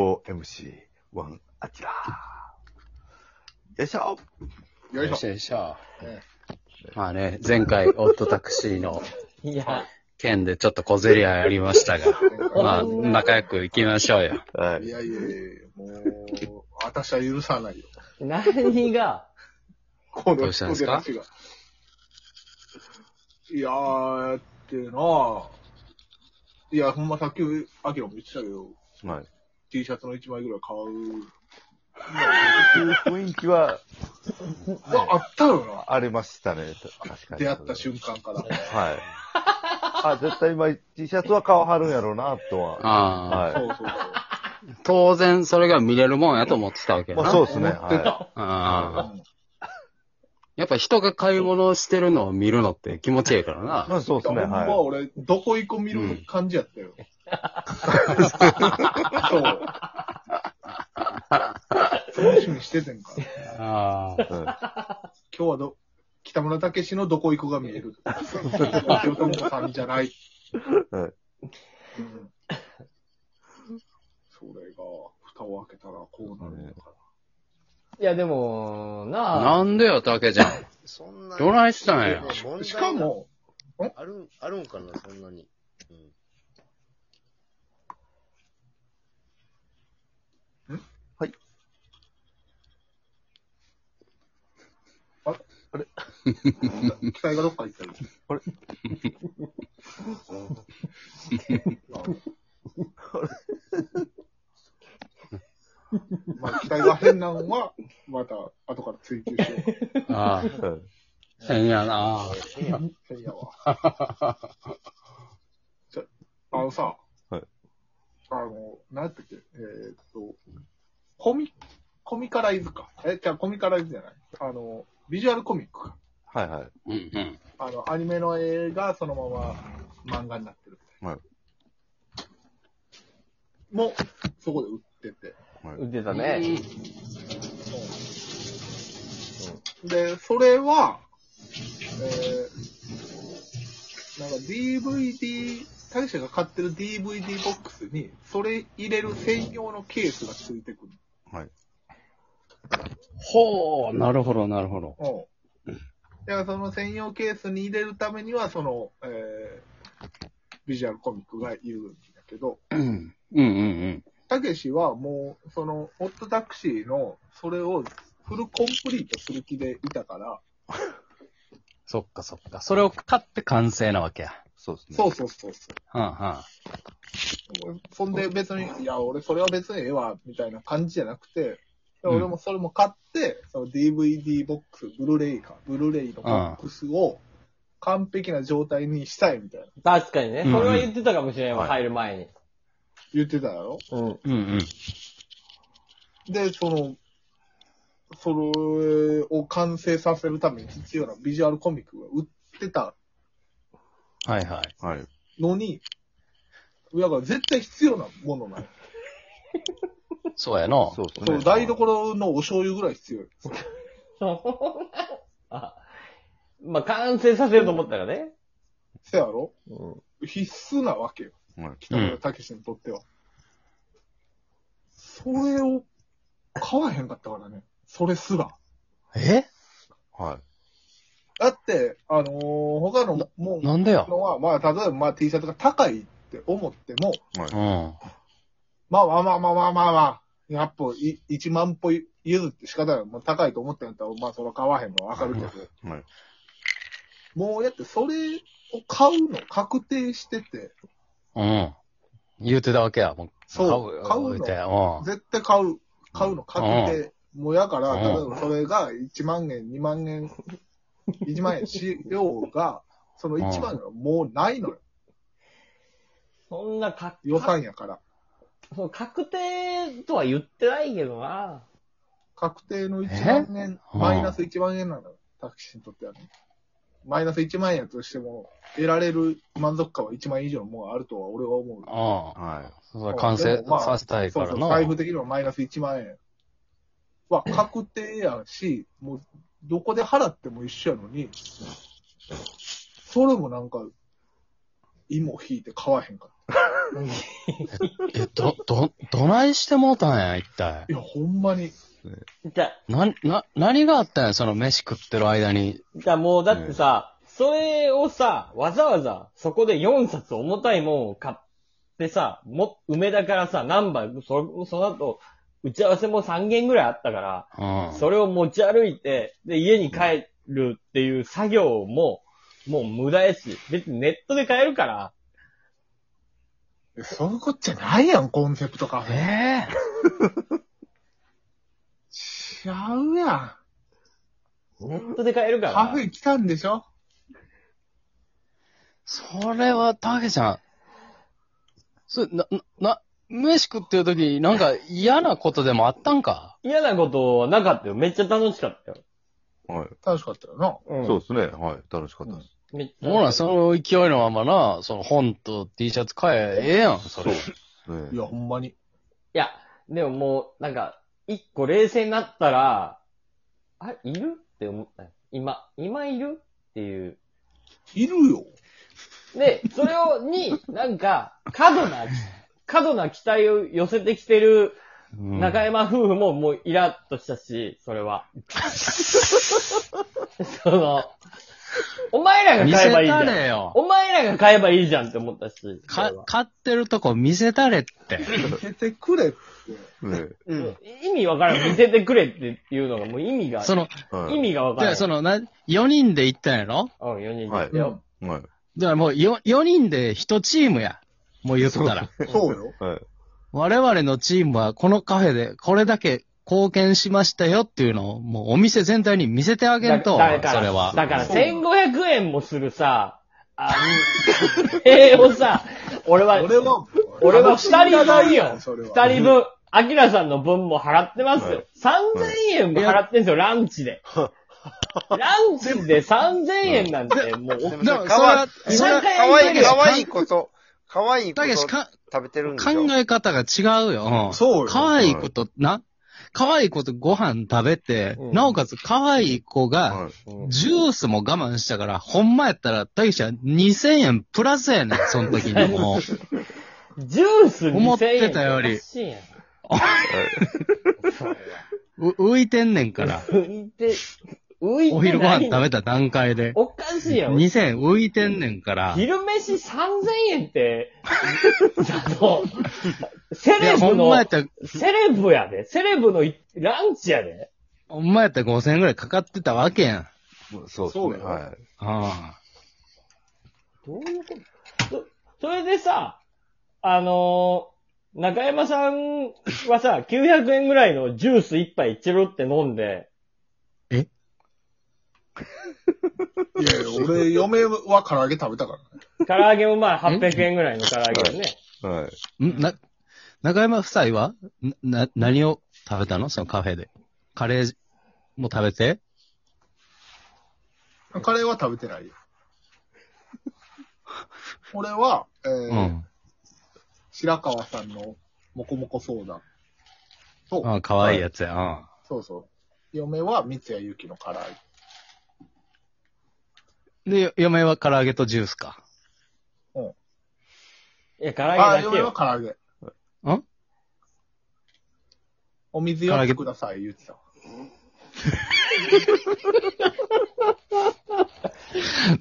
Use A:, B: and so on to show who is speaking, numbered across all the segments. A: 4MC1 アキラ。よいしょ
B: よいしょ。
C: よいしょ
B: え。
C: まあね、前回、オットタクシーの
D: いや、
C: 件でちょっと小競り合いありましたが、まあ、仲良く行きましょうよ。
A: はいい。
B: やいやいやもう、私は許さないよ。
D: 何が、
B: こ
C: ど
B: の
C: うしたん
B: 人
C: です
B: で話
C: か
B: が。いやー、っていうなあいや、ほんまさっき、アキラも言ってたけど、
A: はい。
B: T シャツの1枚ぐらい買う。
A: 雰囲気は
B: まあ、あったよな。
A: ありましたね。確かに。
B: 出会った瞬間から。
A: はい。あ、絶対今 T シャツは顔張るんやろうな、とは。
C: あ
A: は
B: そうそうそ
C: あ、当然それが見れるもんやと思ってたわけ
A: い。
C: や
A: まあ
C: な。
A: そうですね。
B: 思ってた
A: は
C: ああ
B: う。うん
C: やっぱ人が買い物してるのを見るのって気持ちいいから
A: い。ま
C: な。
A: あそうです
B: ほん
A: ね。
B: ま
A: は
B: 俺、どこ行こ見る感じやっ たよ。そう。楽しみにしててんから。
C: ああ。
A: い。うん
B: 今日はど、北村武史のどこ行こが見える。東京智子さんじゃない。
A: は
B: う
A: い
B: んそれが、蓋を開けたらこうなるのか
D: いやでも、なあ、
C: なんでよ、竹ちゃん。
E: そんな
C: どないしたんや。
E: 問題な
B: な。しか、も、
E: ある、あるんかな、そんなに。うん。
B: 期待がどっか行ったり。
A: あれ
B: まあ、期待が変なのは、また、後から追求しよう
C: あ
A: うん。
C: あ、変やな。
B: か。変やわ。 ちょあのさ、
A: はい
B: あの、なんやったっけ、えーっと、コミ、コミカライズか。え、じゃあコミカライズじゃないあの、ビジュアルコミックか。
A: はいはい。
C: うんうん。
B: あの、アニメの絵がそのまま漫画になってるみたいな。
A: はい
B: もう、そこで売ってて。
D: 売ってた
C: だ
D: ね。。
B: で、それは、えー、なんか DVD、大社が買ってる DVD ボックスに、それ入れる専用のケースがついてくる。
C: ほう、なるほど、なるほど。
B: うん。だからその専用ケースに入れるためには、その、えー、ビジュアルコミックがいるんだけど、
C: うんうんうん。
B: たけしはもう、その、オットタクシーの、それをフルコンプリートする気でいたから、
C: そっかそっか。それを買って完成なわけや。
A: そうですね。
B: そうそうそうそう。
C: はんはん。
B: そんで別に、いや、俺それは別にええわ、みたいな感じじゃなくて、で俺もそれも買って、その DVD ボックス、ブルーレイか、ブルーレイのボックスを完璧な状態にしたいみたいな。
D: 確かにね。
C: うん
D: それは言ってたかもしれない
A: は
D: わ、
A: い
D: 入る前に。
B: 言ってたやろ
D: うん。
C: うんうん。
B: で、その、それを完成させるために必要なビジュアルコミックが売ってた
C: はいはい。
A: はい。
B: のに、だから絶対必要なものない。
C: そうやの。
A: そうです
B: そ
A: ね。
B: の台所のお醤油ぐらい必要よ。
D: そうあ、まあ、完成させると思ったらね。
B: せやろ
D: うん。
B: 必須なわけよ。
A: はい。
B: 北村武史にとっては。それを買わへんかったからね。それすら。
C: え
A: は
B: だって、あのー他のもん
C: なんでや
B: のは、まあ、例えば、まあ、T シャツが高いって思っても、
A: い。はい。
C: ん。
B: まあまあまあまあまあまあ、まあ、やっぱ、い1万歩譲って仕方ない。もう高いと思ってんやったら、まあ、それは買わへんのはわかるけど。
A: はい。
B: もう、やって、それを買うの確定してて、
C: うん。言うてたわけや。もう
B: そう、買
C: 買
B: う
C: う
B: の
C: て。うん。
B: 絶対買う、買うの確定。もうやから、
C: うん
B: 例えばそれが1万円、2万円、1万円しようが、その1万円はもうないのよ。
D: そんなか、
B: 予算やから。
D: その確定とは言ってないけどな。
B: 確定の1万円、
C: え
B: マイナス1万円なのよ。タクシーにとってはね。マイナス1万円やとしても、得られる満足感は1万円以上もうあるとは俺は思う。
C: うん。
A: は
C: そう完成させたい
B: そ
C: か
B: うそ
C: ら
B: う、
C: な。
B: 財布的にはマイナス1万円 は確定やし、もう、どこで払っても一緒やのに、それもなんか、芋引いて買わへんから。
C: え、ど、ど、どないしてもうたんや、一体。
B: いや、ほんまに。
D: じゃあ、
C: な、な、何があったんや、その飯食ってる間に。
D: じゃあもうだってさ、それをさ、わざわざそこで4冊重たいもんを買ってさ、も、梅田からさ、ナンバー、そ、その後、打ち合わせも3件ぐらいあったから、
C: うん。
D: それを持ち歩いて、で、家に帰るっていう作業も、もう無駄やし、別にネットで買えるから、
B: そういうことじゃないやん、コンセプトカフェ。
C: え
B: ちゃうや
D: ネットで買える
B: ん。
D: から。
B: カフェ来たんでしょ
C: それは、たけちゃん。それ、な、な、飯食ってる時になんか嫌なことでもあったんか
D: 嫌なことはなかったよ。めっちゃ楽しかったよ。
A: はい。
B: 楽しかったよな。
D: うん
A: そうですね。はい。楽しかったです。
D: めっちゃ
C: ほら、その勢いのままな、その本と T シャツ買え、ええやん、それ。
A: ね
B: いや、ほんまに。
D: いや、でももう、なんか、一個冷静になったら、あれ、いるって思ったよ今、今いるっていう。
B: いるよ。
D: で、それを、に、なんか、過度な、過度な期待を寄せてきてる
C: うん
D: 中山夫婦ももうイラッとしたし、それは。 その、お前らが
C: 見
D: 買
C: せ
D: えばいいじ
C: た
D: ゃん。
C: れよ。
D: お前らが買えばいいじゃんって思ったし。それ
C: か
D: は、
C: 買ってるとこ見せたれって。
B: 見せてくれって。
A: ね
E: うん。
D: 意味わからん。見せてくれっていうのがもう意味が、
C: その、
A: はい。
D: 意味がわから
C: で、
D: ん。
C: その、な、4人で行ったんやろ
D: うん、4人で。
A: はい
D: で
A: はい。
C: だからもう4、4人で1チームや。もう言ったら。
B: そうよ。
A: はい。
C: 我々のチームはこのカフェでこれだけ貢献しましたよっていうのをもうお店全体に見せてあげんと、そ
D: だだから
C: れは。
D: だから、
B: そう
D: 1500円もするさ、あの、絵をさ、俺は、
B: 俺は、
D: 俺は二人分よ。
B: それは
D: 二人分。アキラさんの分も払ってます
A: は
D: よ。3000円も払ってんすよ、ランチで。ランチで3000円なんて、もう、
C: でも、それは、そ
D: そ
C: れ
D: れ
C: は
D: は、
F: かわいい、かわいいこと、かわいい
C: た
F: こと
C: けし、
F: 食
C: か、
F: べてるんで
C: 考
F: しょ
C: え方が違うよ。
B: そう
C: う
B: よ。
C: ん。かわいいこと、な、かわいいことご飯食べて、
D: うん
C: なおかつかわいい子が、
A: はい。
C: ジュースも我慢したから、ほんまやったら、たけしは2000円プラスやねん、その時にもう。
D: ジュース2000円。
C: 思ってたより
D: おかしいやん。
C: う浮いてんねん から。
D: 浮いて、浮いてない。
C: お昼ご飯食べた段階で。
D: おかしいやん。
C: 2000円浮いてんねんから。い
D: 昼飯3000円って、あの、セレ
C: や、ほ
D: ブ
C: んまや
D: の
C: っ、たら、
D: セレブやで。セレブのいランチやで。
C: ほんまやったら5000円ぐらいかかってたわけやん。
A: そうです
B: そう
A: ね。
B: よ
A: はい。
C: あ
D: どういうことそそれでさ、あのー中山さんはさ、900円ぐらいのジュース一杯チロって飲んで、
B: いやいや、俺、嫁は唐揚げ食べたからね。
D: 唐揚げもまあ800円ぐらいの唐揚げでね。
A: はい。
C: あ。んな、中山夫妻はな、な、何を食べたのそのカフェで。カレーも食べて
B: カレーは食べて ないよ。俺は、えー
C: うん。
B: 白川さんのもこもこソーダ。
C: ああ、かわいいやつや。うん。
B: そうそう。嫁は三ツ矢ゆきの唐揚げ。
C: で、よ嫁は唐揚げとジュースか。
D: いや、唐揚げ
B: ああ、
D: だけ
B: 嫁は
D: よ。
B: 唐揚げ。
C: ん
B: お水よってください、言ってたわ。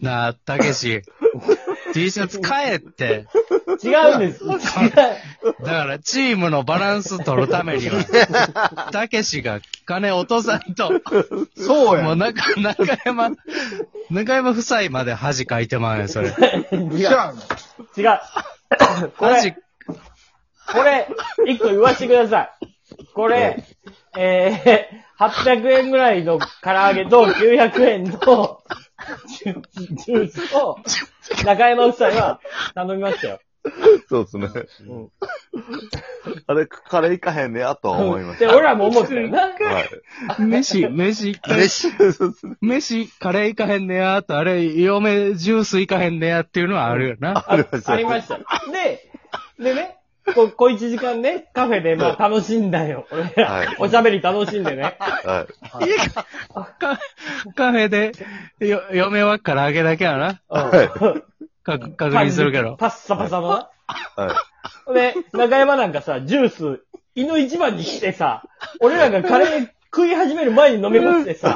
C: なあ、たけ し。T シャツ買えって。
D: 違う んです。違う。
C: だから、チームのバランス取るためには、 たけしが金落とさんと。
B: そう
C: も
B: や。
C: うん中、中山、中山夫妻まで恥かいてまうねん、それ。
B: じゃあね、
D: 違う。これ
C: 恥、
D: これ、一個言わせてください。これ、えー、800円ぐらいの唐揚げと900円のジュジュースを、中山夫妻は頼みましたよ。
A: そうですね
D: うん。
A: あれ、カレー行かへんねやとは思いまし
D: で、
A: た。
D: 俺らも思ったよな。
A: はい。
C: 飯、飯、飯、
A: そうですね。
C: 飯、カレー行かへんねや、と、あれ、嫁、ジュース行かへんねやっていうのはあるよな。
A: ありました。
D: ありました。で、でね、こ、小一時間ね、カフェでまあ楽しんだよ。俺ら、
A: はい
D: おしゃべり楽しんでね。
A: はい。
C: カカフェで、よ、嫁は唐揚げだけやな。
D: うん
A: は
C: か確認するけど。
D: パッサパサのな。
A: はい。
D: で、中山なんかさ、ジュース、胃の一番にしてさ、俺らがカレー食い始める前に飲み込んでさ、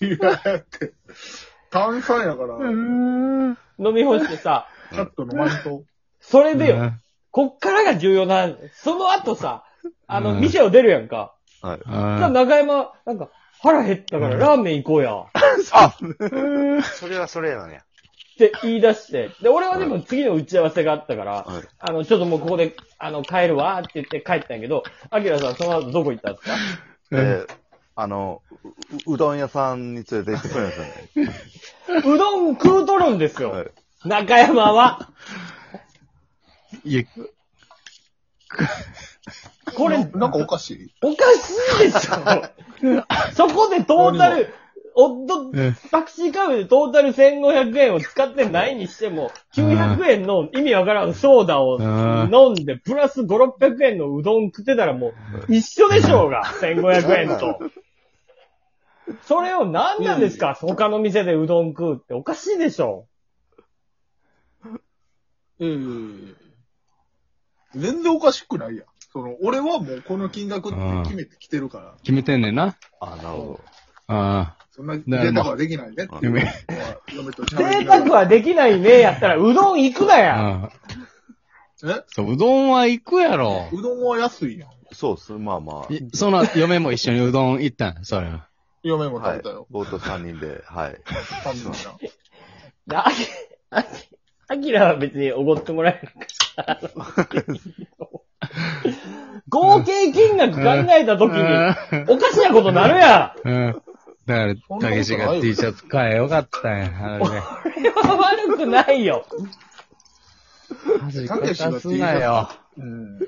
B: いや、だって、炭酸やから、
D: 飲み干してさ、
B: カットのマント。
D: それでよ、
C: うん
D: こっからが重要な、その後さ、あの、
C: うん
D: 店を出るやんか。
A: はい。
D: じゃあ中山、なんか、腹減ったからラーメン行こうや。っ
F: それはそれなんや。
D: て言い出して。で、俺はでも次の打ち合わせがあったから、
A: はい
D: あの、ちょっともうここで、あの、帰るわって言って帰ったんやけど、アキラさんその後どこ行ったんですか
A: えーあの、ううどん屋さんに連れて行ってくれましたね。
D: うどん食うとるんですよ。
A: はい
D: 中山は。
C: いや、
D: これ、
B: なんかおかしい
D: おかしいでし ょ。そこでトータル、おっ
C: う
D: と、
C: ん
D: タクシーカーブでトータル1500円を使ってないにしても、900円の意味わからんソーダを飲んで、プラス5、600円のうどん食ってたらもう一緒でしょうが、1500円と。それを何なんですか他の店でうどん食うっておかしいでしょ。
B: ええ全然おかしくないやん。その、俺はもうこの金額って決めてきてるから、
C: 決めてんねんな。
A: あ、なるほど。
C: あ
B: そんな贅沢はできないね。
C: あ。夢。
B: 嫁と喋
D: 贅
B: りなが
D: 沢
B: ら
D: はできないねやったらうどん行くなや。
C: あ
B: え
C: そう、うどんは行くやろ。
B: うどんは安いやん。
A: そうっす。まあまあ。
C: いその嫁も一緒にうどん行ったんそれは。
B: 嫁も食
A: は
B: べ
A: い
B: たよ。。
A: ボート3人で、はい。
B: 三人やん
D: であき、あき、あきらは別におごってもらえるから。合計金額考えたときに、おかしなことなるやん。
C: うん。だ
B: そん
C: から
B: なこと、
C: たけし
B: ない
C: が
B: よ
C: T シャツ買えよかったんや。あれね。
D: これ は悪くないよ。
C: 恥
B: たけしが T シ
C: なよ
B: ャツ。うん。